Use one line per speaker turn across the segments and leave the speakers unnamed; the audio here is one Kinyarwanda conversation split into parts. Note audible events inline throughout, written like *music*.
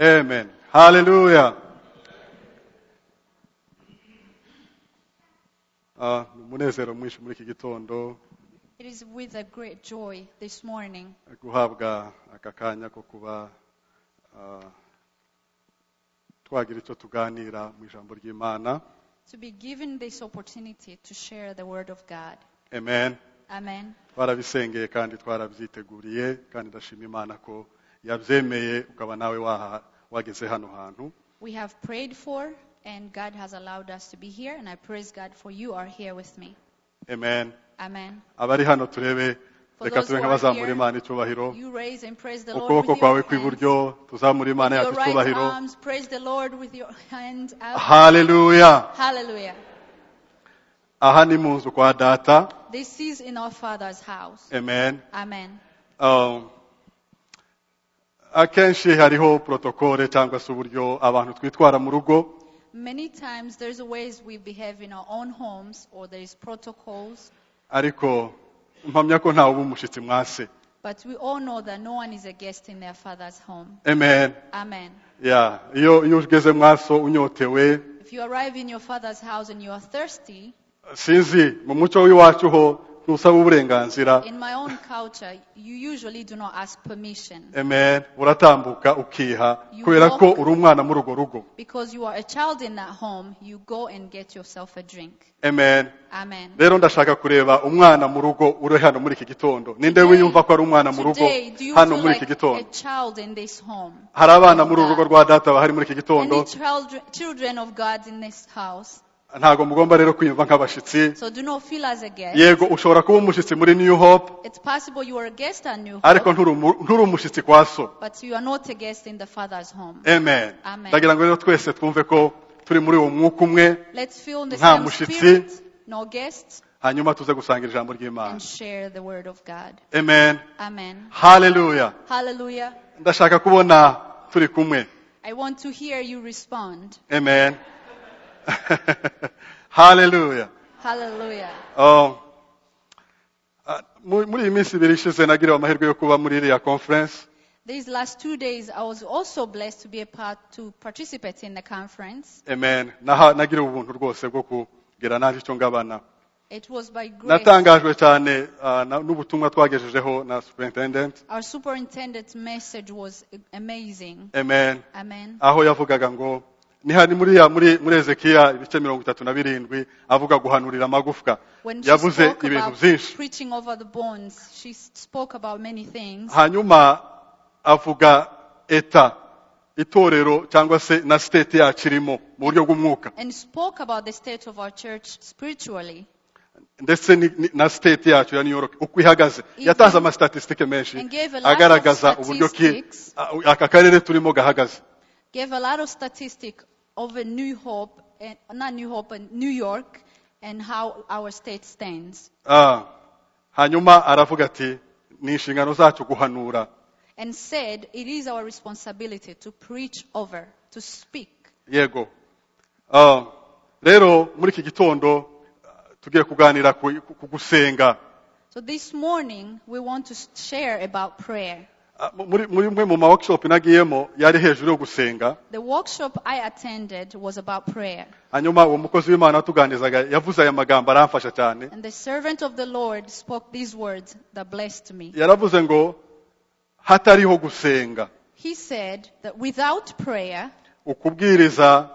Amen. Hallelujah. Ah, ni umunezero mwinshi muri iki gitondo
It is with a great joy this morning
guhabwa aka kanya ko kuba ah, twagira icyo tuganira mu ijambo ry'imana
to be given this opportunity to share the Word of God.
amen
Amen.
twarabisengeye kandi twarabyiteguriye kandi ndashima imana ko yabyemeye ukaba nawe waha- wageze hano hantu
We have prayed for, and God has allowed us to be here, and I praise God for you are here with me.
amen
Amen.
abari hano turebe
For
reka
those
tube
who
nk'abazamura
are here,
imana icyubahiro
You raise and praise the Lord
ukuboko
with your
kwawe
hands.
kw'iburyo tuzamura imana
With
yacu
your right
icyubahiro
arms, praise the Lord with your hands out.
haleluya
Hallelujah.
aha ni mu nzu kwa data
This is in our Father's house.
amen
Amen.
Um, akenshi hariho protokole cyangwa se uburyo abantu twitwara mu rugo
Many times there's ways we behave in our own homes or there's protocols
ariko mpamya ko ntawe uba umushyitsi mwase
But we all know that no one is a guest in their father's home.
amen
Amen.
ya iyo iyo ugeze mwaso unyotewe
If you arrive in your father's house and you are thirsty,
sinzi mu muco w'iwacu ho ntusaba uburenganzira
in my own culture, you usually do not ask permission
amen uratambuka ukiha
You
kubera ko
walk-
uri umwana muri urwo rugo
because you are a child in that home, you go and get yourself a drink.
amen
Amen.
rero ndashaka kureba umwana mu rugo uri hano muri iki gitondo ninde
Today-
wiyumva ko ari umwana mu rugo
Today, do you
hano
feel
muri iki
like a
gitondo
child in this home?
hari abana muri uru rugo rwa data bahari muri iki
Any
gitondo
child, children of God in this house?
ntabwo mugomba rero kwiyumva nk'abashyitsi
So do not feel as a guest.
yego ushobora kuba umushyitsi muri new hope
It's possible you are a guest at New
ariko
Hope,
nturi umu- nturi umushyitsi kwa so
but you are not a guest in the father's home.
amen
Amen.
ndagira ngo rero twese twumve ko turi muri uwo mwuka umwe
Let's feel the
Nta
same
mushyitsi.
spirit, no guests,
hanyuma tuze gusangira ijambo ry'imana
and share the word of God.
amen
Amen.
haleluya
Hallelujah.
ndashaka kubona turi kumwe
I want to hear you respond.
amen *laughs* haleluya
Hallelujah.
Oh, ah, mu- muri iyi minsi ibiri ishize nagiriwe amahirwe yo kuba muri iriya conference
These last two days, I was also blessed to be a part to participate in the conference.
amen Naha- nagiriwe ubuntu rwose bwo kugira nanjye icyo ngabana
It was by grace.
natangajwe cyane ah, na- n'ubutumwa twagejejeho na superintendent
Our superintendent's message was amazing.
amen
Amen.
aho yavugaga ngo nihani muri ya muri muri Ezekiya ibice mirongo itatu na birindwi avuga guhanurira amagufwa
When she
yavuze
spoke
ibintu
about
byinshi
preaching over the bones, she spoke about many things.
hanyuma avuga eta itorero cyangwa se na state yacu irimo mu buryo bw'umwuka
and spoke about the state of our church spiritually
ndetse ni- ni- na state yacu ya New York uko ihagaze
Even-
yatanze amastatistike menshi
And gave a lot of
agaragaza uburyo ki
statistics.
a- aka karere turimo gahagaze
gave a lot of statistic over New Hope, and, not New Hope, but New York, and how our state stands.
Ah, hanyuma aravuga ati ni inshingano zacu guhanura
And said it is our responsibility to preach over, to speak.
yego Ah, rero muri iki gitondo ah, tugiye kuganira ku ku gusenga
So this morning we want to share about prayer.
Ah, mu- muri muri imwe mu ma workshop nagiyemo yari hejuru yo gusenga
The workshop I attended was about prayer.
hanyuma uwo mukozi w'imana watuganizaga yavuze aya magambo aramfasha cyane
And the servant of the Lord spoke these words that blessed me.
yaravuze ngo hatariho gusenga
He said that without prayer,
ukubwiriza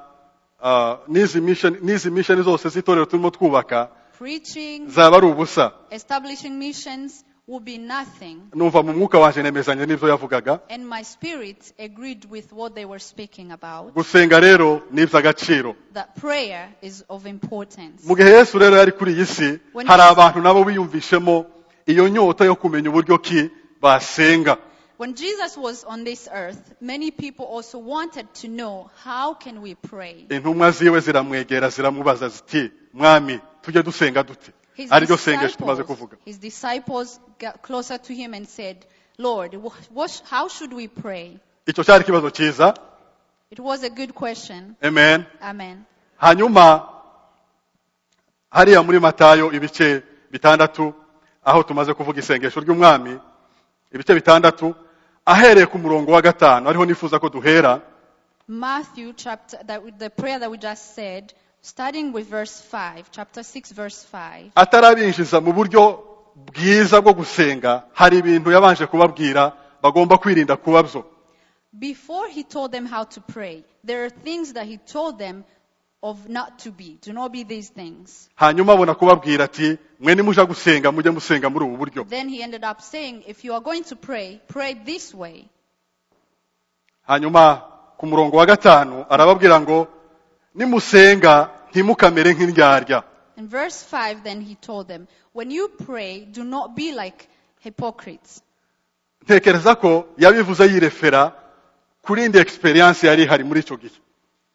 ah, n'izi mission n'izi mission zose z'itorero turimo twubaka
preaching,
zaba ari ubusa
establishing missions will be nothing.
numva mu mwuka wanje nemezanya n'ibyo yavugaga
And my spirit agreed with what they were speaking about,
gusenga rero ni iby'agaciro
that prayer is of importance.
mu gihe yesu rero yari kuri iyi si
When
hari
Jesus-
abantu nabo biyumvishemo iyo nyota yo kumenya uburyo ki basenga
When Jesus was on this earth, many people also wanted to know how can we pray.
intumwa ziwe ziramwegera ziramubaza ziti mwami tujye dusenga dute
His
ariryo sengesho tumaze kuvuga
his disciples got closer to him and said, Lord, wh- what, sh- how should we pray?
icyo cyari ikibazo cyiza
It was a good question.
amen
Amen.
hanyuma hariya muri matayo ibice bitandatu aho tumaze kuvuga isengesho ry'umwami ibice bitandatu ahereye ku murongo wa gatanu ariho nifuza ko duhera
Matthew chapter that the prayer that we just said, starting with verse 5, chapter 6 verse 5.
atarabinjiza mu buryo bwiza bwo gusenga hari ibintu yabanje kubabwira bagomba kwirinda kuba byo
Before he told them how to pray, there are things that he told them of not to be. Do not be these things.
hanyuma abona kubabwira ati mwe nimuja gusenga mujye musenga muri ubu buryo
Then he ended up saying, if you are going to pray, pray this way.
hanyuma ku murongo wa gatanu arababwira ngo nimusenga ntimukamere nk'indyarya
In verse 5, then he told them, When you pray, do not be like hypocrites.
ntekereza ko yabivuze yirefera kuri indi egisperiyanse yari ihari muri icyo gihe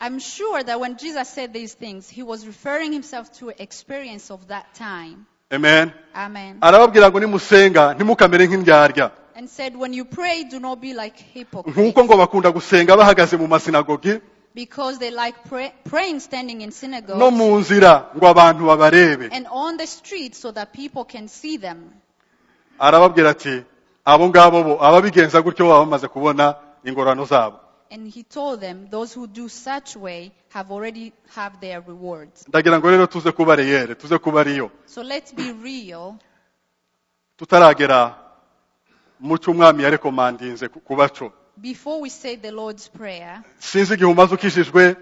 I'm sure that when Jesus said these things, he was referring himself to an experience of that time.
amen
Amen.
arababwira ngo nimusenga ntimukamere nk'indyarya
And said, When you pray, do not be like hypocrites,
nk'uko ngo bakunda gusenga bahagaze mu masinagogi
because they like pray, praying standing in
no
synagogues
mu nzira ngo abantu babarebe
and on the streets so that people can see them.
arababwira ati abo ngabo bo ababigenza gutyo baba bamaze kubona ingororano zabo
And he told them, Those who do such way have already have their rewards.
ndagira ngo rero tuze kuba reyere tuze kuba ariyo
So let's be real
tutaragera mu cy'umwami yarekomandinze ku- kubaco
before we say the Lord's Prayer.
sinzi igihe umaze ukijijwe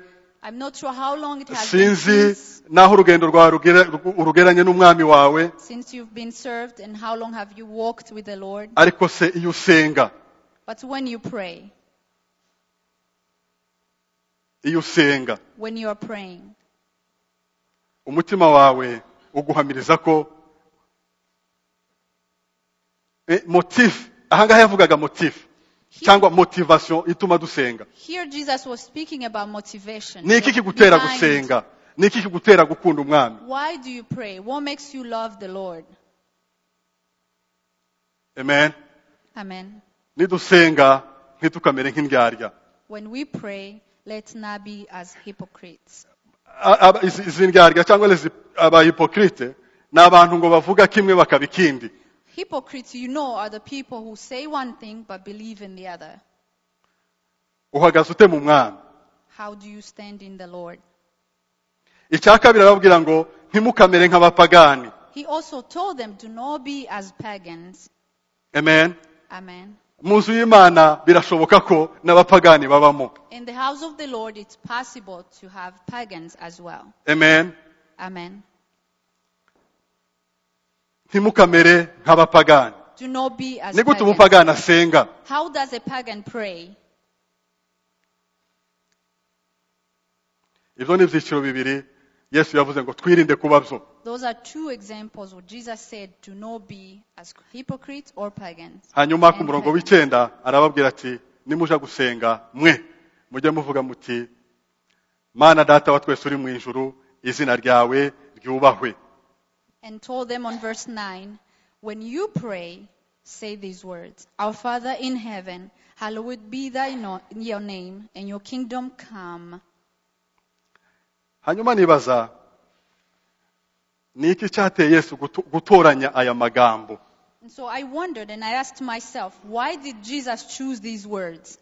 I'm not sure how long it has been
sinzi
since,
n'aho urugendo rwawe rugera- rug- urugeranye n'umwami wawe
since you've been served and how long have you walked with the Lord.
ariko se iyo usenga
But when you pray,
iyo usenga
when you are praying,
umutima wawe uguhamiriza ko Eh, motif ahangaha yavugaga motif
he-
cyangwa motivation ituma dusenga
here Jesus was speaking about motivation.
ni iki
what's
kigutera
behind-
gusenga ni iki kigutera gukunda umwami
Why do you pray? What makes you love the Lord?
amen
Amen.
nidusenga ntitukamere nk'indyarya
When we pray, let's not be as hypocrites.
A- aba- izi izi ndyarya cyangwa izi- abahipokrite ni abantu ngo bavuga kimwe bakaba ikindi
Hypocrites, you know, are the people who say one thing but believe in the other.
uhagaze ute mu mwami
How do you stand in the Lord?
icya kabiri arababwira ngo ntimukamere nk'abapagani
He also told them, do not be as pagans.
amen
Amen.
mu nzu y'imana birashoboka ko n'abapagani babamo
In the house of the Lord, it's possible to have pagans as well.
amen
Amen.
ntimukamere nk'abapagani
Do not be as
ni gute
pagans.
umupagani asenga
How does a pagan pray?
ibyo ni ibyiciro bibiri yesu yavuze ngo twirinde kuba byo
Those are two examples where Jesus said, do not be as hypocrites or pagans.
hanyuma ku murongo w'icyenda arababwira ati nimuja gusenga mwe mujye muvuga muti mana data wa twese uri mu ijuru izina ryawe ryubahwe
And told them on verse 9, when you pray, say these words Our Father in heaven, hallowed be thy no- your name, and your kingdom come.
hanyuma nibaza ni iki cyateye yesu guto- gutoranya aya magambo
And so I wondered and I asked myself, why did Jesus choose these words?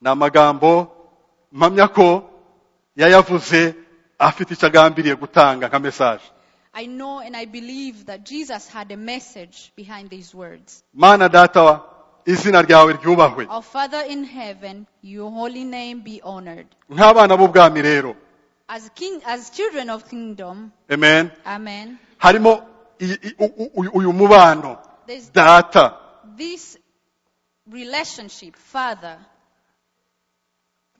ni amagambo mpamya ko yayavuze afite icyo agambiriye gutanga nka mesaje
I know and I believe that Jesus had a message behind these words.
mana data wa izina ryawe ryubahwe
Our Father in heaven, your holy name be honored.
nk'abana b'ubwami rero
As king, as children of kingdom,
amen
amen.
harimo iyi- i- u- u- uyu- uyu mubano
There's
data
this relationship, Father.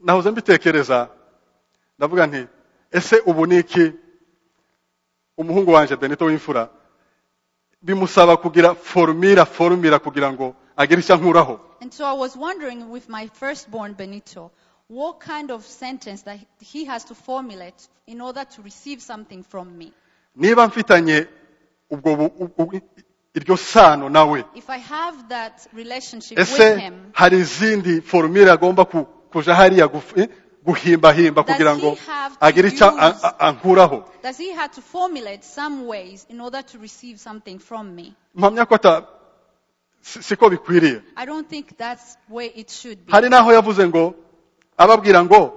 nahoze mbitekereza ndavuga nti ese ubu ni iki umuhungu wanje benito w'imfura bimusaba kugira formira formira kugira ngo agire icyo ankuraho
And so I was wondering with my firstborn Benito, what kind of sentence that he has to formulate in order to receive something from me.
niba mfitanye ubwo bu- u- u- iryo sano nawe
If I have that relationship with
ese
him,
hari izindi formira agomba ku- kuja hariya guf- eh, guhimbahimba
Does
kugira
he
ngo
have to
agire icyo a-
use-
a- ankuraho
does he have to formulate some ways in order to receive something from me?
mpamya ko ata si- siko bikwiriye
I don't think that's way it should be.
hari n'aho yavuze ngo ababwira ngo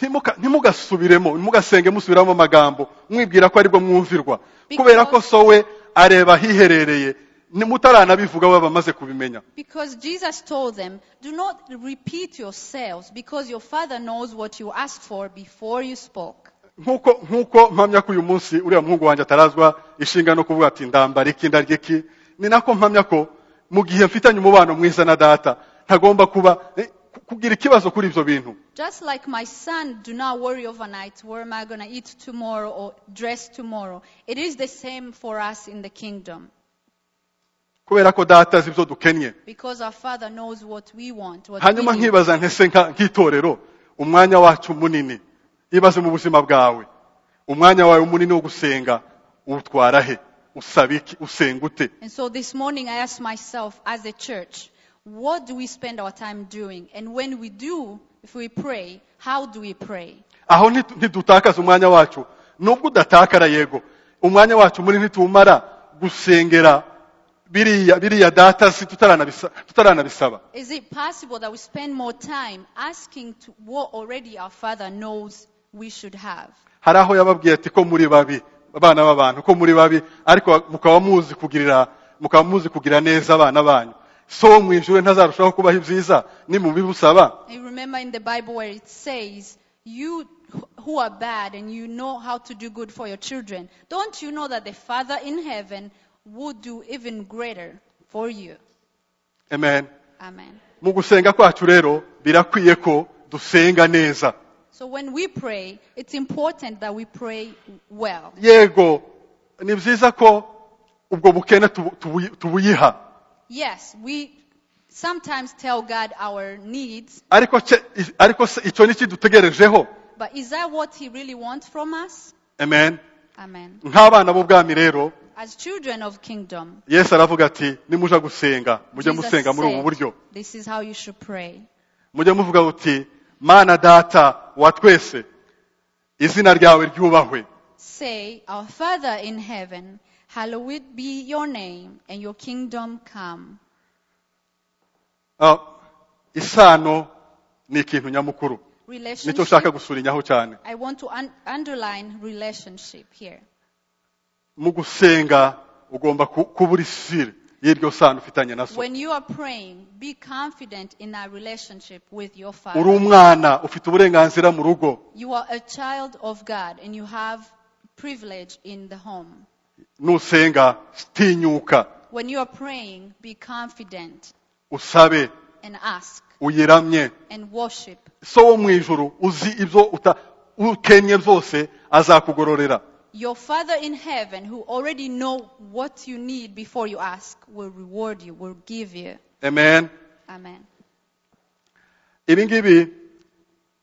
"Ntimuka- ntimugasubiremo ntimugasenge musubiramo amagambo mwibwira ko aribwo mwumvirwa kubera ko so we areba ahiherereye mutaranabivuga we aba amaze kubimenya
Because Jesus told them, do not repeat yourselves because your Father knows what you asked for before you spoke.
nk'uko nk'uko mpamya ko uyu munsi uriya muhungu wanjye atarazwa ishinga no kuvuga ati ndambara iki ndarya iki ni nako mpamya ko mu gihe mfitanye umubano mwiza na data ntagomba kuba eh, ku- kugira ikibazo kuri ibyo bintu
Just like my son, do not worry overnight, where am I going to eat tomorrow or dress tomorrow? It is the same for us in the kingdom
kubera ko data azi ibyo dukennye
because our Father knows what we want. What we
hanyuma
need.
nkibaza ntese nka- nk'itorero umwanya wacu munini ibaze mu buzima bwawe umwanya wawe munini wo gusenga uwutwara he usaba iki usenga ute
And so this morning I asked myself as a church, what do we spend our time doing? And when we do, if we pray, how do we pray?
aho ntitu- ntidutakaza umwanya wacu nubwo udatakara yego umwanya wacu muri ntituwumara gusengera biriya biriya data si tutaranabisa- tutaranabisaba
Is it possible that we spend more time asking to what already our Father knows we should have?
hari aho yababwiye ati ko muri babi abana b'abantu ko muri babi ariko mukaba muzi kugirira mukaba muzi kugira neza abana banyu so mu ijuru ntazarushaho kubaha ibyiza ni mu bibusaba
You remember in the Bible where it says, You wh- who are bad and you know how to do good for your children, don't you know that the Father in heaven would do even greater for you?
amen
Amen.
mu gusenga kwacu rero birakwiye ko dusenga neza
So when we pray, it's important that we pray well.
yego ni byiza ko ubwo bukene tubu- tubu- tubuyiha
Yes, we sometimes tell God our needs,
ariko ce- i- ariko se icyo ni kidutegerejeho
but is that what He really wants from us?
amen
Amen.
nk'abana b'ubwami rero
As children of kingdom,
yesu aravuga ati nimuja gusenga mujye
Jesus
musenga muri ubu
said,
buryo
This is how you should pray.
mujye muvuga uti mana data wa twese izina ryawe ryubahwe
Say, Our Father in heaven, hallowed be your name, and your kingdom come.
Ah, isano ni ikintu nyamukuru nicyo nshaka
Relationship.
gusurinyaho cyane
I want to un- underline relationship here.
mu gusenga ugomba ku- kuba uri sire y'iryo sano ufitanye na so
When you are praying, be confident in our relationship with your
uri
Father.
umwana ufite uburenganzira mu rugo
You are a child of God and you have privilege in the home.
nusenga tinyuka
When you are praying, be confident
usabe
and ask
uyiramye
and worship.
so wo mu ijuru uzi ibyo uta- ukennye byose azakugororera
Your Father in heaven, who already know what you need before you ask, will reward you, will give you.
amen
Amen.
ibi ngibi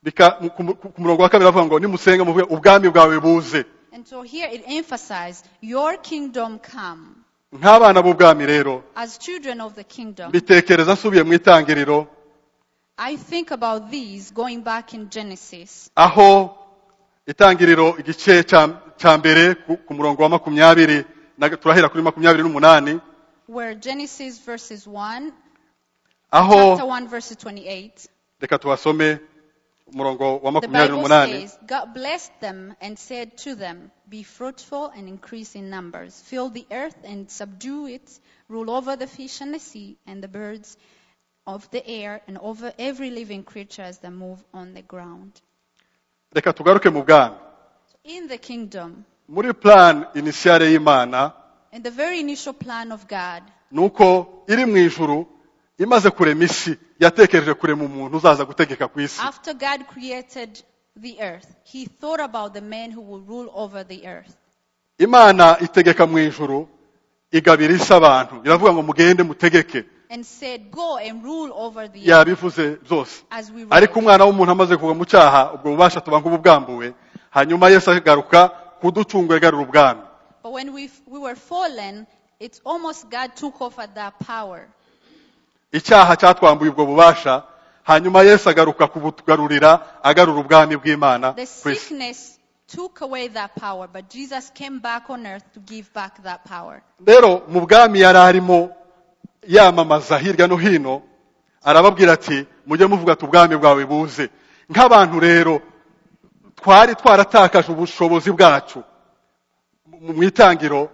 bika- mu- ku mu- ku murongo wa kabiri avuga ngo nimusenga muvuge ubwami bwawe buze
And so here it emphasizes your kingdom come.
nk'abana b'ubwami rero
As children of the kingdom,
mbitekereza nsubiye mu itangiriro
I think about these going back in Genesis.
aho itangiriro igice cya- cya mbere ku ku murongo wa makumyabiri na- turahera kuri makumyabiri n'umunani
where Genesis verses 1, chapter
aho
1 verses 28,
reka tuhasome umurongo wa
the
makumyabiri
Bible
n'umunani
says, God blessed them and said to them, Be fruitful and increase in numbers. Fill the earth and subdue it. Rule over the fish and the sea and the birds of the air and over every living creature that move on the ground.
reka tugaruke mu bwami
In the kingdom,
muri plan initiale y'imana
in the very initial plan of God,
ni uko iri mu ijuru imaze kurema isi yatekereje kurema umuntu uzaza gutegeka ku isi
after God created the earth, he thought about the man who will rule over the earth.
imana itegeka mu ijuru igabira isi abantu iravuga ngo mugende mutegeke
and said, Go and rule over the earth
yabivuze byose
as we read.
ariko umwana w'umuntu amaze kugwa mu cyaha ubwo bubasha tuba nk'ububwambuwe hanyuma yesu akagaruka kuducungura agarura ubwami
But when we, we were fallen, it's almost God took off at that power.
icyaha cyatwambuye ubwo bubasha hanyuma yesu agaruka kubutugarurira agarura ubwami bw'imana
The
ku isi
sickness took away that power, but Jesus came back on earth to give back that power.
rero mu bwami yari arimo yamamaza hirya no hino arababwira ati mujye muvuga ati ubwami bwawe buze nk'abantu rero twari twaratakaje ubushobozi bwacu mu mu itangiro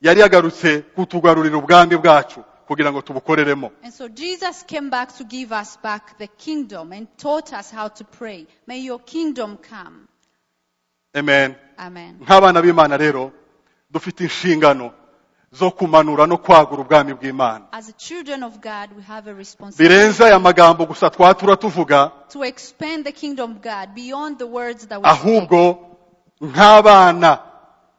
yari yagarutse kutugarurira ubwami bwacu kugira ngo tubukoreremo
And so Jesus came back to give us back the kingdom and taught us how to pray. May your kingdom come.
amen
Amen.
nk'abana b'imana rero dufite inshingano zo kumanura no kwagura ubwami bw'imana
As children of God, we have a responsibility
birenze aya magambo gusa twatura tuvuga
to expand the kingdom of God beyond the words that we speak.
ahubwo nk'abana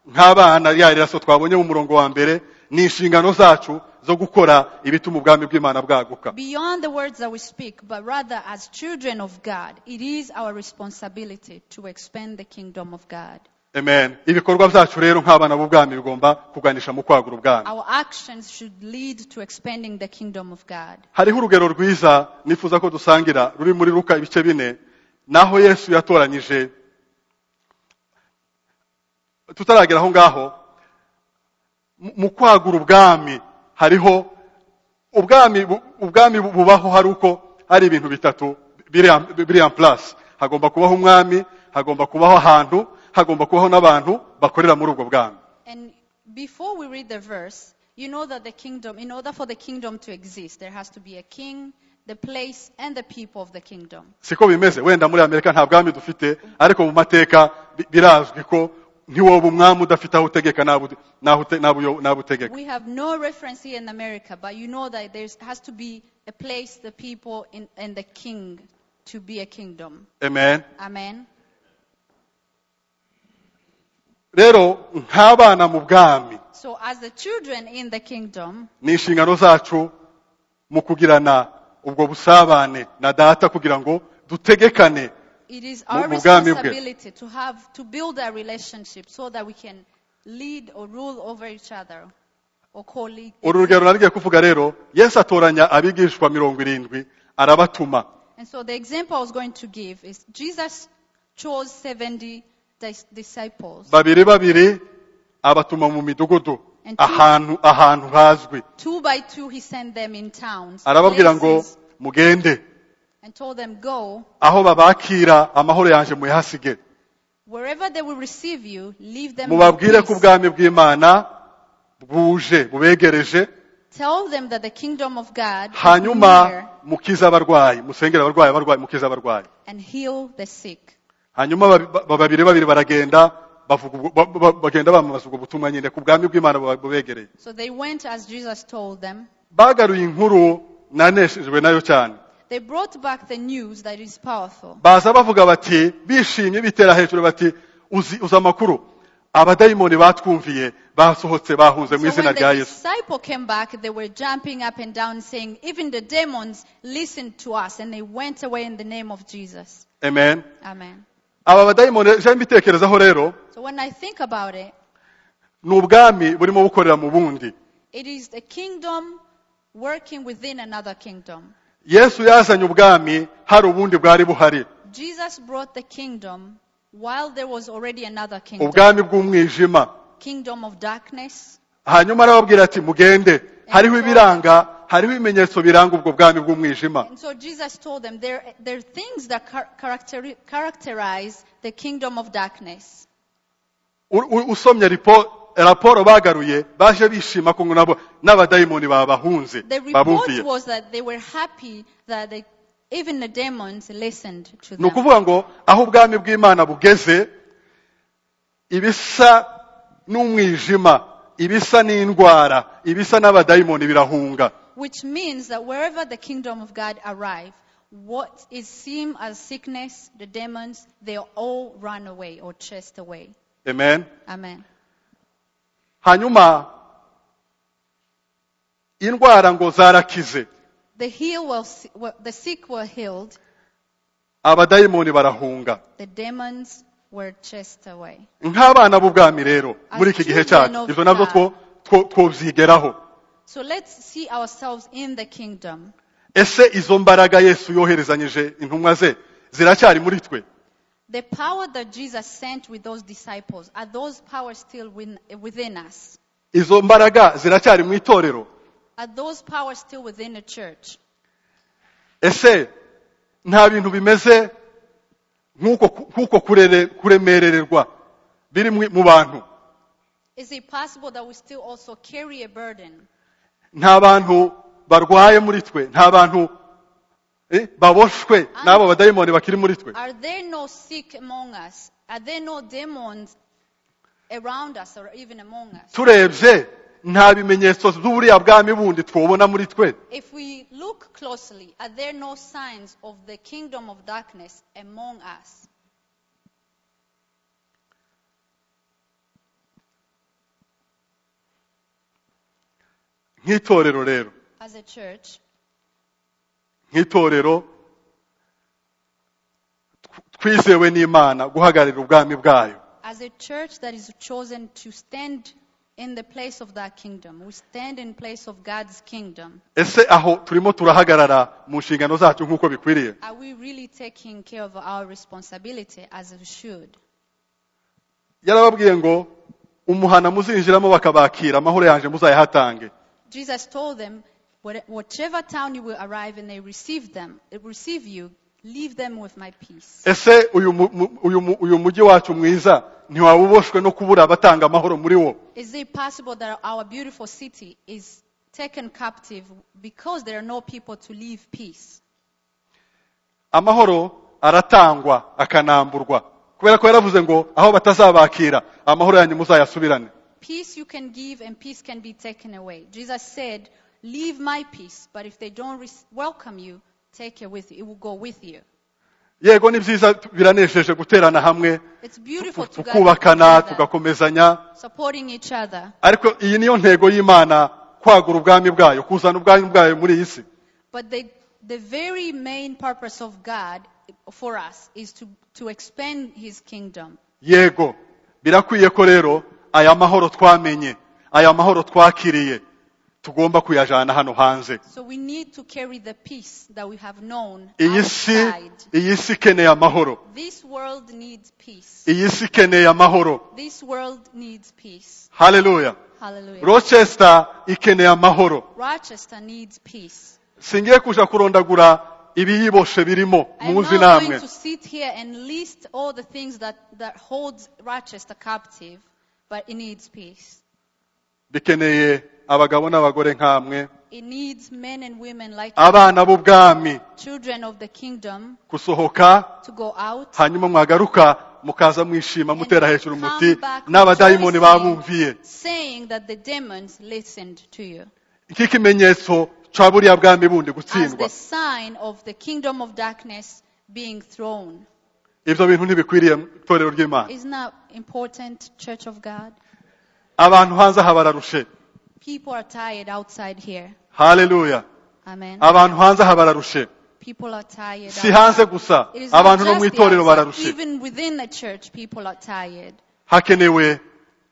nk'abana rya riraso twabonye mu murongo wa mbere ni inshingano zacu zo gukora ibituma ubwami bw'imana bwaguka
Beyond the words that we speak, but rather as children of God, it is our responsibility to expand the kingdom of God.
amen ibikorwa byacu rero nk'abana b'ubwami bigomba kuganisha mu kwagura ubwami
Our actions should lead to expanding the kingdom of God.
hariho urugero rwiza nifuza ko dusangira ruri muri luka ibice bine naho yesu yatoranyije tutaragera aho ngaho mu- mu kwagura ubwami hariho ubwami bu- ubwami bu- bubaho hari uko hari ibintu bitatu biri en- biri en place hagomba kubaho umwami hagomba kubaho ahantu hagomba kubaho n'abantu bakorera muri ubwo bwami
And before we read the verse, you know that the kingdom, in order for the kingdom to exist, there has to be a king, the place, and the people of the kingdom.
siko bimeze wenda muri amerika nta bwami dufite ariko mu mateka bi- birazwi ko ntiwoba umwami udafite aho utegeka n'abo ude- n'aho ute- n'abo uyo- n'abo utegeka
We have no reference here in America, but you know that there has to be a place, the people, in, and the king to be a kingdom.
amen
Amen.
rero nk'abana mu bwami
So, as the children in the kingdom,
ni inshingano zacu mu kugirana ubwo busabane na data kugira ngo dutegekane
it is
Mu-
our
mu bwami bwe.
responsibility to have to build a relationship so that we can lead or rule over each other or colleague.
uru rugero narigiye kuvuga rero yesu atoranya abigishwa mirongo irindwi arabatuma
And so the example I was going to give is Jesus chose 70 dis- disciples.
babiri babiri abatuma mu midugudu ahantu ahantu hazwi
Two by two, he sent them in towns
arababwira ngo
places,
mugende
and told them, Go,
aho babakira amahoro yanjye muyahasige
wherever they will receive you, leave them. in
mubabwire ko
peace.
ubwami bw'imana bwuje bubegereje
Tell them that the kingdom of God is
hanyuma
near
mukize abarwayi musengere abarwayi abarwayi mukize abarwayi
and heal the sick.
hanyuma babi- ba- babiri babiri baragenda bavuga ubwo- ba- ba- bagenda bamamaza ubwo butumwa nyine ku bwami bw'imana buba- bubegereye
So they went as Jesus told them.
bagaruye inkuru naneshejwe nayo cyane
They brought back the news that is powerful.
baza bavuga bati bishimye bitera hejuru bati uzi, uzi amakuru abadayimoni batwumviye basohotse bahunze mu
So
izina
when
rya
the
yesu
disciple came back, they were jumping up and down, saying, Even the demons listened to us, and they went away in the name of Jesus.
amen
Amen.
aba badayimoni je mbitekerezaho rero
So when I think about it,
ni ubwami burimo bukorera mu bundi
it is the kingdom working within another kingdom.
yesu yazanye ubwami hari ubundi bwari buhari
Jesus brought the kingdom while there was already another kingdom,
ubwami bw'umwijima
kingdom of darkness.
hanyuma arababwira ati mugende hariho ibiranga hariho ibimenyetso biranga ubwo bwami bw'umwijima
And so Jesus told them there, there are things that char- characteri- characterize the kingdom of darkness.
U- u- usomye ripo- raporo bagaruye baje bishima ko ngo nabo n'abadayimoni babahunze
The report
babumviye
was that they were happy that they, even the demons listened to
ni
them.
ukuvuga ngo aho ubwami bw'imana bugeze ibisa n'umwijima ibisa n'indwara ibisa n'abadayimoni birahunga
Which means that wherever the kingdom of God arrived, what is seen as sickness, the demons, they all run away or chased away.
amen
Amen.
hanyuma indwara ngo zarakize
The, heal was, were- the sick were healed,
abadayimoni barahunga
the demons were chased away.
nk'abana b'ubwami rero muri iki gihe cyacu ibyo nabyo two- two- twobyigeraho
So let's see ourselves in the kingdom.
ese izo mbaraga yesu yoherezanyije intumwa ze ziracyari muri twe
The power that Jesus sent with those disciples, are those powers still win- within us?
izo mbaraga ziracyari mu itorero
Are those powers still within the church?
ese nta bintu bimeze nk'uko nk'uko kurere- kuremerererwa biri mu mu bantu
Is it possible that we still also carry a burden?
nta bantu barwaye muri twe nta bantu eh, baboshwe n'abo badayimoni bakiri muri twe
Are there no sick among us? Are there no demons around us or even among us?
turebye nta bimenyetso z'uburiya bwami bundi twobona muri twe
If we look closely, are there no signs of the kingdom of darkness among us?
nk'itorero rero
As a church,
nk'itorero tw- twizewe n'imana guhagararira ubwami bwayo
as a church that is chosen to stand in the place of that kingdom, we stand in place of God's kingdom.
ese aho turimo turahagarara mu nshingano zacu nk'uko bikwiriye
Are we really taking care of our responsibility as we should?
yarababwiye ngo umuhana muzinjiramo bakabakira amahoro yanjye muzayahatange
Jesus told them, "What- whichever town you will arrive and they receive them, they receive you, leave them with my peace.
ese uyu mu- mu- uyu mu- uyu mujyi wacu mwiza ntiwaba uboshwe no kubura abatanga amahoro muri wo
Is it possible that our beautiful city is taken captive because there are no people to leave peace?
amahoro aratangwa akanamburwa kubera ko yaravuze ngo aho batazabakira amahoro yanyu muzayasubirane
Peace you can give and peace can be taken away. Jesus said, Leave my peace, but if they don't re- welcome you, take it with you. It will go with you.
yego ni byiza biranesheje guterana hamwe
It's beautiful to gather
tukubakana
together,
tugakomezanya
supporting each other.
ariko iyi niyo ntego y'imana kwagura ubwami bwayo kuzana ubwami bwayo muri iyi si
But the, the very main purpose of God for us is to, to expand His kingdom.
yego birakwiye ko rero aya mahoro twamenye aya mahoro twakiriye tugomba kuyajana hano hanze
So we need to carry the peace that we have known
iyi si
outside.
iyi si ikeneye amahoro
This world needs peace.
iyi si ikeneye amahoro
This world needs peace.
haleluya
Hallelujah.
rochester ikeneye amahoro
Rochester needs peace.
singiye kuja kurondagura ibiyiboshe birimo
I'm
muzi
not going
namwe
to sit here and list all the things that, that holds Rochester captive, but it needs peace.
bikeneye abagabo n'abagore nk'amwe
It needs men and women like
abana b'ubwami
children of the kingdom
gusohoka
to go out
hanyuma mwagaruka mukaza mwishima mutera hejuru
come
muti
back
n'abadayimoni
rejoicing,
babumviye
saying that the demons listened to you
nk'ikimenyetso cya buriya bwami bundi
as
gutsindwa
the sign of the kingdom of darkness being thrown.
ibyo bintu ntibikwiriye mu itorero ry'imana
Isn't that important, Church of God?
abantu hanze aha bararushe
People are tired outside here.
haleluya
Amen.
abantu hanze aha bararushe
People are tired.
si hanze gusa
It is not
abantu no
just
mu
the
itorero
outside.
bararushe
Even within the church, people are tired.
hakenewe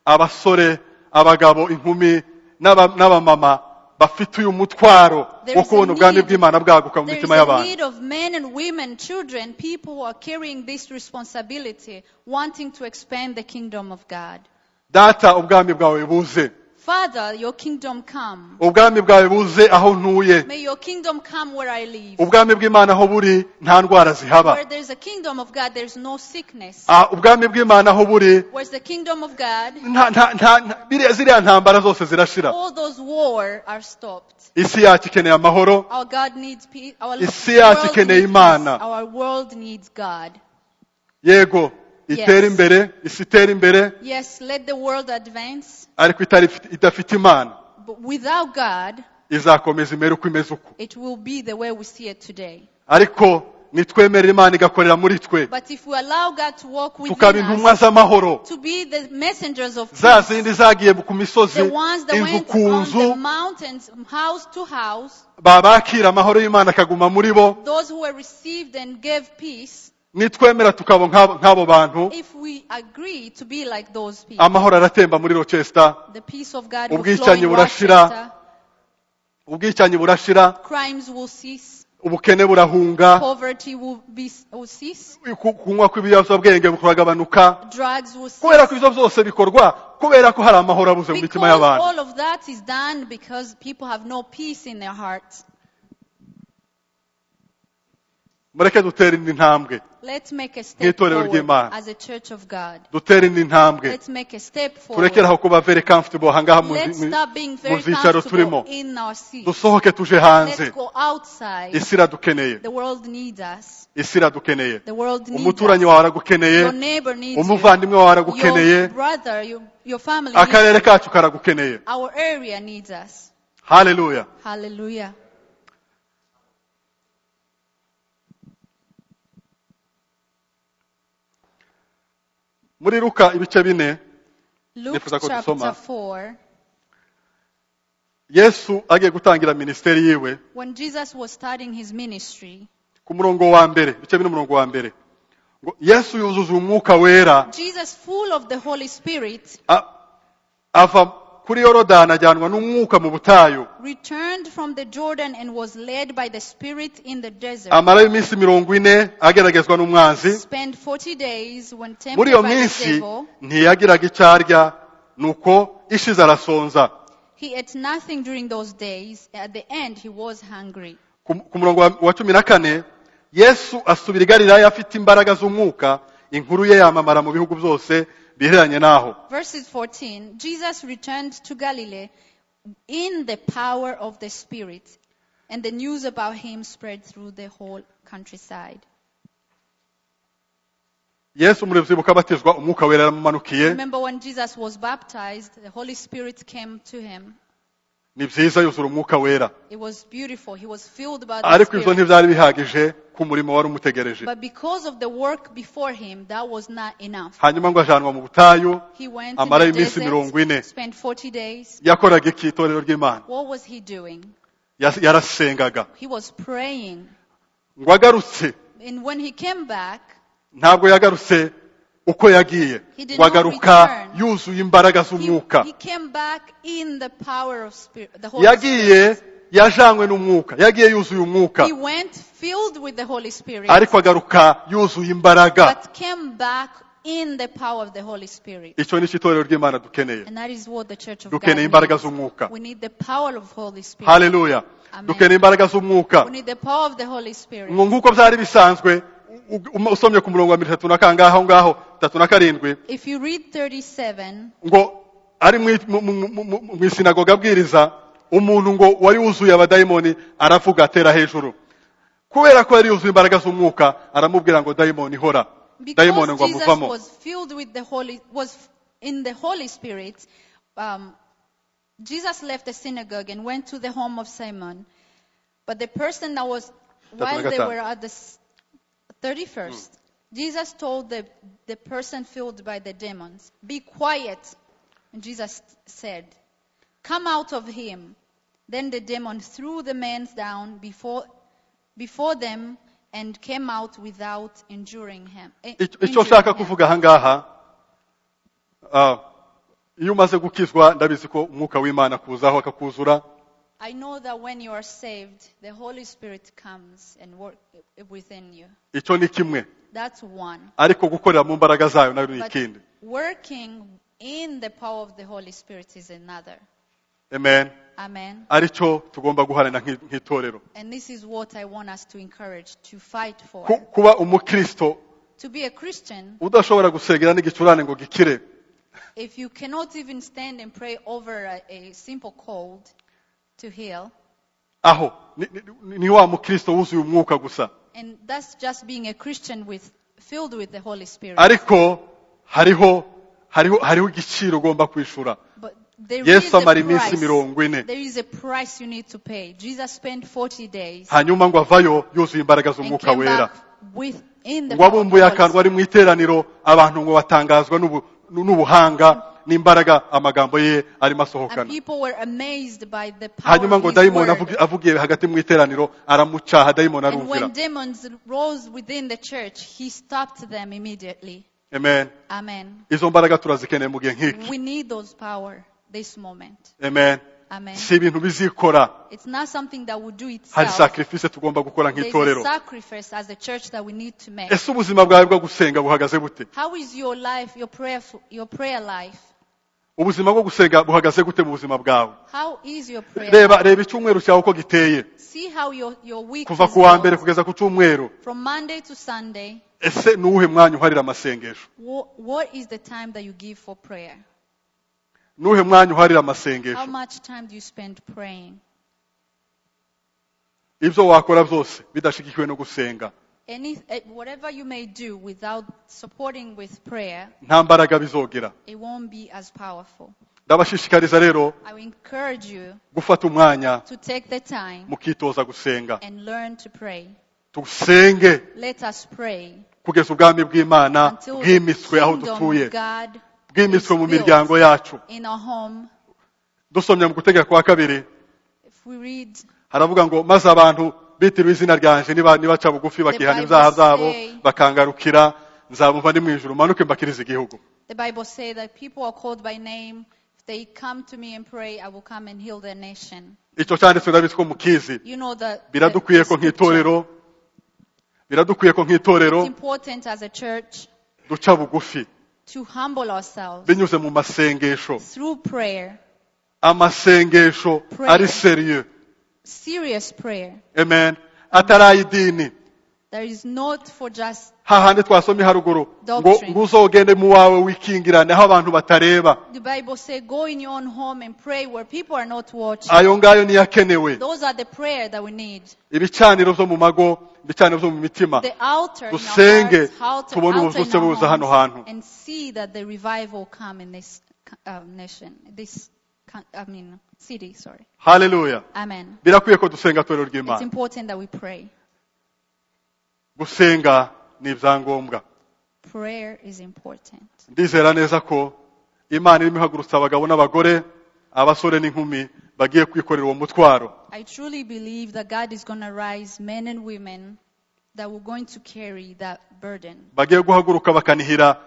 abasore abagabo inkumi n'aba- n'abamama bafite uyu mutwaro
There
wo
is a
kubona ubwami
need.
bw'imana bwaguka mu
There is
mitima
a
y'abantu
need of men and women, children, people who are carrying this responsibility, wanting to expand the kingdom of God.
data ubwami bwawe buze
Father, your kingdom come.
ubwami bwawe buze aho ntuye
May your kingdom come where I live.
ubwami bw'imana aho buri nta ndwara
Where
zihaba
there is a kingdom of God, there is no sickness.
Ah, ubwami bw'imana aho buri
Where's the kingdom of God?
nta- nta- nta- nta- biriya- ziriya ntambara zose zirashira
All those war are stopped.
isi yacu ikeneye amahoro
Our God needs peace. Our
Isi yacu
world
ikeneye
needs peace.
Imana.
Our world needs God.
yego itere
Yes.
imbere isi itere imbere
Yes, let the world advance,
ariko itari idafite imana
but without God,
izakomeza imere uko imeze uko
it will be the way we see it today.
ariko nitwemerera imana igakorera muri twe
But if we allow God to walk
tukaba
within
intumwa
us,
z'amahoro
to be the messengers of
za
peace,
zindi zagiye ku misozi
the ones that
inzu
went
ku
on
nzu
the mountains, house to house,
babakira amahoro y'imana akaguma muri bo
those who were received and gave peace,
nitwemera tukaba nk'abo- nk'abo bantu
if we agree to be like those people,
amahoro aratemba muri rochester
the peace of God will flow
Ubwicanyi
in
burashira.
Rochester,
ubwicanyi burashira
crimes will cease,
ubukene burahunga
Poverty will, be, will cease.
ku- kunywa kw'ibiyobyabwenge kuragabanuka
Drugs will cease.
kubera ko ibyo byose bikorwa kubera ko hari amahoro abuze mu
Because
mitima y'abantu
all of that is done because people have no peace in their hearts.
mureke dutere indi ntambwe
Let's make a step
Nk'itorero
forward
ry'Imana.
as a church of God.
dutere indi ntambwe
Let's make a step forward.
turekere aho kuba very comfortable ahangaha mu
Let's
mu-
stop being
mu
very
byicaro turimo
comfortable in our seats.
dusohoke tuje
Let's
hanze
go outside.
isi iradukeneye
The world needs us.
isi iradukeneye
The world needs us.
umuturanyi wawe aragukeneye
Your neighbor needs you.
umuvandimwe wawe aragukeneye
Your brother, your, your family needs
akarere
you.
kacu karagukeneye
Our area needs us.
haleluya
Hallelujah.
muri ruka ibice bine
Luke
Nifuza ko
chapter
dusoma.
4.
yesu agiye gutangira minisiteri yiwe
When Jesus was starting his ministry,
ku murongo wa mbere ibice bine umurongo wa mbere ngo yesu yuzuza umwuka wera
Jesus, full of the Holy Spirit,
a- ava kuri yorodani ajyanwa n'umwuka mu butayu
returned from the Jordan and was led by the Spirit in the desert.
amarayo iminsi mirongo ine ageragezwa n'umwanzi
Spent 40 days when
muri
tempted
iyo
by the
minsi
devil.
ntiyagiraga icyo arya nuko ishize arasonza
He ate nothing during those days. At the end, he was hungry.
ku ku murongo wa- wa cumi na kane yesu asubira i galilaya afite imbaraga z'umwuka inkuru ye yamamara mu bihugu byose bihereranye n'aho
Verses 14 Jesus returned to Galilee in the power of the Spirit, and the news about him spread through the whole countryside.
yesu muri byibuka abatizwa umwuka wera yaramumanukiye
Remember when Jesus was baptized, the Holy Spirit came to him.
ni byiza yuzura umwuka wera
It was beautiful. He was filled by the
ariko ibyo
Spirit.
ntibyari bihagije ku murimo wari umutegereje
But because of the work before him, that was not enough.
hanyuma ngo ajanwa mu butayu
He went in
amara
the
iminsi mirongo ine
desert, spent 40 days.
yakoraga iki itorero ry'imana
What was he doing?
Yas- yarasengaga
He was praying.
ngo agarutse
And when he came back,
ntabwo yagarutse uko yagiye
He did
ngo
not
agaruka
return.
yuzuye imbaraga
he,
z'umwuka
he came back in the power of spirit, the Holy
yagiye yajanywe n'umwuka yagiye yuzuye umwuka
Spirit. He went filled with the Holy Spirit,
ariko agaruka yuzuye imbaraga
but came back in the power of the Holy Spirit.
icyo ni cyo itorero ry'imana dukeneye
And that is what the church of
dukeneye
God
imbaraga
needs.
z'umwuka
We need the power of Holy Spirit.
haleluya
Amen.
dukeneye imbaraga z'umwuka
We need the power of the Holy Spirit.
ngo nk'uko byari bisanzwe u- u- usomye ku murongo wa mirongo itatu na kangahe aho ngaho itatu na karindwi
If you read 37,
ngo ari mw'i- mu- mu- mu- mu- mu isinagoga abwiriza umuntu ngo wari wuzuye abadayimoni aravuga atera hejuru kubera ko yari yuzuye imbaraga z'umwuka aramubwira ngo dayimoni ihora dayimoni
because
ngo
Jesus
amuvamo
was filled with the Holy, was in the Holy Spirit, um, Jesus left the synagogue and went to the home of Simon. But the person that was, while they
gatanu.
were at the s- 31st, Jesus told the, the person filled by the demons, Be quiet. And Jesus said, Come out of him. Then the demon threw the man down before, before them and came out without injuring him. eh,
Ic- icyo
injuring
nshaka
him.
kuvuga aha ngaha ah, iyo umaze gukizwa ndabizi ko umwuka w'imana akuzaho akakuzura
I know that when you are saved, the Holy Spirit comes and works within you.
icyo ni kimwe
That's one.
ariko gukorera mu mbaraga zayo nayo ni
But
ikindi
working in the power of the Holy Spirit is another.
amen
Amen.
aricyo tugomba guharanira nk'i- nk'itorero
And this is what I want us to encourage, to fight for.
Ku- kuba umukristo
To be a Christian,
udashobora gusengera n'igicurane ngo gikire
if you cannot even stand and pray over a, a simple cold to heal,
aho ni, ni, ni wa mukristo wuzuye umwuka gusa
and that's just being a Christian with filled with the Holy Spirit.
ariko hariho hariho hariho igiciro ugomba kwishura
But there
Yesu
is a
amara iminsi
price.
mirongo ine.
There is a price you need to pay. Jesus spent 40 days
hanyuma ngo avayo yuzuye imbaraga
and
z'umwuka
came
wera
back with in the
ngo abumbuye
power of the
akantu
Holy
ari mu iteraniro abantu ngo batangazwa n'ubu- n'ubuhanga n'imbaraga amagambo ye arimo
Spirit. And
asohokana
people were amazed by the power
hanyuma ngo
of his
dayimoni
word.
avugi- avugiye hagati mu iteraniro aramucaha dayimoni
And when
arumvira
demons rose within the church, he stopped them immediately.
amen
Amen.
izo mbaraga turazikeneye mu gihe nk'iki
We need those power this moment.
amen
Amen.
si ibintu bizikora
It's not something that will do
hari
itself.
sacrifice tugomba gukora
There's a
nk'itorero
sacrifice as a church that we need to make.
ese ubuzima bwawe bwo gusenga buhagaze bute
How is your life, your prayer, your prayer life?
ubuzima bwo gusenga buhagaze gute mu buzima bwawe
How is your prayer?
reba reba icyumweru cyawe uko giteye
See how your, your week
kuva
is
ku wa
going.
mbere kugeza ku cyumweru
From Monday to Sunday,
ese ni uwuhe mwanya uharira amasengesho
wha- what is the time that you give for prayer?
ni uwuhe mwanya uharira
How
amasengesho
much time do you spend praying?
ibyo wakora byose bidashigikiwe no gusenga
Any, eh, whatever you may do without supporting with prayer,
nta mbaraga bizogera
it won't be as powerful.
ndabashishikariza rero
I will encourage you
gufata umwanya
to take the time
mukitoza gusenga
and learn to pray.
dusenge
Let us pray
kugeza ubwami bw'imana
until the
bwimitswe aho
kingdom
dutuye
of God
bwimitswe mu
is
miryango
built
yacu
in our home.
dusomye mu gutegeka kwa kabiri
If we read
haravuga ngo maze abantu bitiriwe izina ryanje niba nibaca bugufi bakihana
Bible
ibyaha byabo
say-
bakangarukira nzabuva ndi mu ijuru manuke mbakiriza igihugu
The Bible says that people are called by name. If they come to me and pray, I will come and heal their nation.
icyo cyanditswe n'abitwa umukizi
You know that the-
biradukwiye ko
the scripture.
nk'itorero biradukwiye ko nk'itorero
it's important as a church
duca bugufi
to humble ourselves
binyuze mu masengesho
through prayer,
amasengesho
Prayer.
ari seriye
serious prayer.
amen atari ay'idini
There is not for just
hahandi twasomye haruguru ngo
Doctrine.
nguzogende mu wawe wikingirane aho abantu batareba
the Bible says, go in your own home and pray where people are not watching.
ayo ngayo niyo akenewe
Those are the prayer that we need.
ibicaniro byo mu mago ibicaniro byo mu mitima
The altar in our
Dusenge,
hearts, altar,
tubone
altar in
ubusutse
our
buza hano
homes,
hantu.
and see that the revival come in this uh, nation, this, coun- I mean, city, sorry.
haleluya
Amen.
birakwiye ko dusenga torero
It's
ry'imana
important that we pray.
gusenga ni ibyangombwa
Prayer is important.
ndizera neza ko imana irimo ihagurutsa abagabo n'abagore abasore n'inkumi bagiye kwikorera uwo mutwaro
I truly believe that God is going to rise men and women that were going to carry that burden,
bagiye guhaguruka bakanihira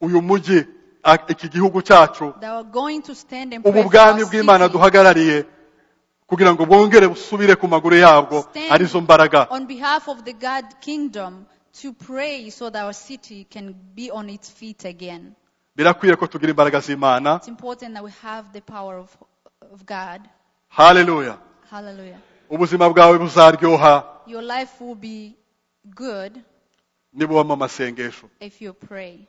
uyu mujyi a- iki gihugu cyacu
that are going to stand and
ubu
pray for our
bwami bw'imana
city.
duhagarariye kugira ngo bwongere busubire ku maguru yabwo
Stand
arizo mbaraga
on behalf of the God kingdom to pray so that our city can be on its feet again.
birakwiye ko tugira imbaraga z'imana
It's important that we have the power of, of God.
haleluya
Hallelujah.
ubuzima bwawe buzaryoha
Your life will be good
niba ubamo amasengesho
if you pray.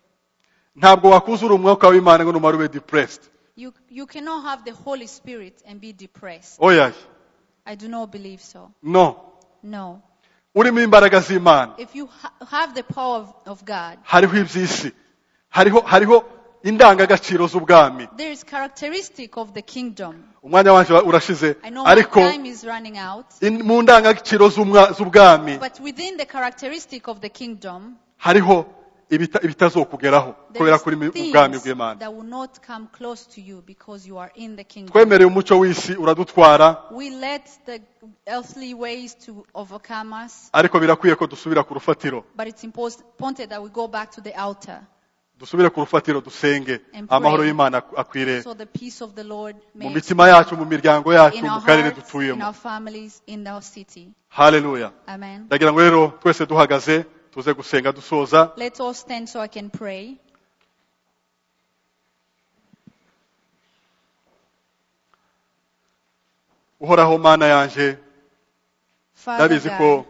ntabwo wakuzura umwuka w'imana ngo numara ube depressed
You, you cannot have the Holy Spirit and be depressed.
oya
I do not believe so.
no
No.
urimo imbaraga z'imana
If you ha- have the power of, of God,
hariho iby'isi hariho hariho indangagaciro z'ubwami
there is characteristic of the kingdom.
umwanya wanjye urashize
I know my
ariko
time is running out,
in- mu ndangagaciro z'umwa- z'ubwami
but within the characteristic of the kingdom,
hariho ibita- ibitazokugeraho
there
kubera
is
kuri mu
things
bwami bw'imana
that will not come close to you because you are in the kingdom.
twemereye umucyo w'isi uradutwara
We let the earthly ways to overcome us,
ariko birakwiye ko dusubira ku rufatiro
but it's impos- important that we go back to the altar
dusubire ku rufatiro dusenge
And pray.
amahoro y'imana ak- akwire
so the peace of the Lord
mu
may
mitima yacu mu miryango yacu
in our
mu karere
hearts, in our
dutuyemo
families, in our city.
haleluya
Amen.
ndagira ngo rero twese duhagaze tuze gusenga dusoza
Let's all stand so I can pray.
uhoraho mana yanjye
Father
ndabizi ko
God,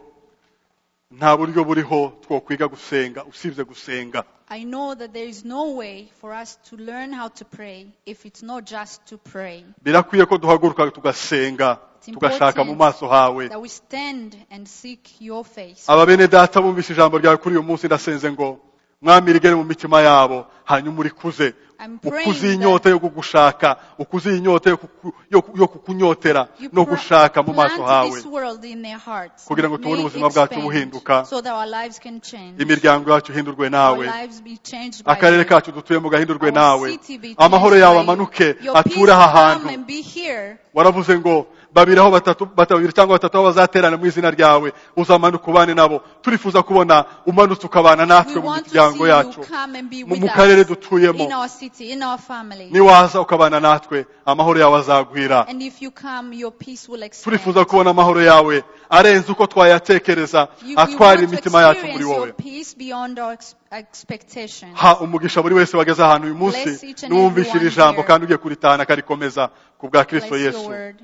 nta buryo buriho twokwiga gusenga usibye gusenga
I know that there is no way for us to learn how to pray if it's not just to pray.
birakwiye ko duhaguruka tugasenga tugashaka mu maso hawe
That we stand and seek your face.
aba bene data bumvise ijambo ryawe kuri uyu munsi ndasenze ngo mwami rigere mu mitima yabo hanyuma urikuze
I'm praying
ukuze iyi nyota yo kugushaka ukuze iyi nyota yo kuku- yo- yo kukunyotera
You
no
pla-
gushaka mu maso
plant
hawe
this world in their hearts.
Kugira ngo
May
tubone
it
ubuzima bwacu
expand
buhinduka.
So that our lives can change.
imiryango yacu ihindurwe
Our
nawe
lives be changed by
akarere
you.
kacu dutuyemo gahindurwe
Our
nawe
city be changed
amahoro yawe
by you.
amanuke
Your peace
ature aha
come
hantu
and be here.
waravuze ngo babiri aho batatu bata- babiri cyangwa batatu aho bazaterana mu izina ryawe uzamanuka ubane nabo turifuza kubona umanutse ukabana
We
natwe mu
want to
miryango
see you
yacu
come and be
mu
with
mu karere
us in
dutuyemo
our city, in our family.
niwaza ukabana natwe amahoro yawe azagwira
And if you come, your peace will expand.
turifuza kubona amahoro yawe arenze uko twayatekereza
You, we
atwara
want to
imitima yacu
experience
muri
your
wowe
peace beyond our ex- expectations.
ha umugisha buri wese wageze ahantu uyu
Bless
munsi
each and
n'uwumvise iri
everyone
jambo
here.
kandi ugiye kuritahana akarikomeza ku bwa
Bless
kristo
your
yesu
word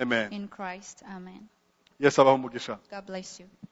amen
in Christ. Amen.
yesu abaho umugisha
God bless you.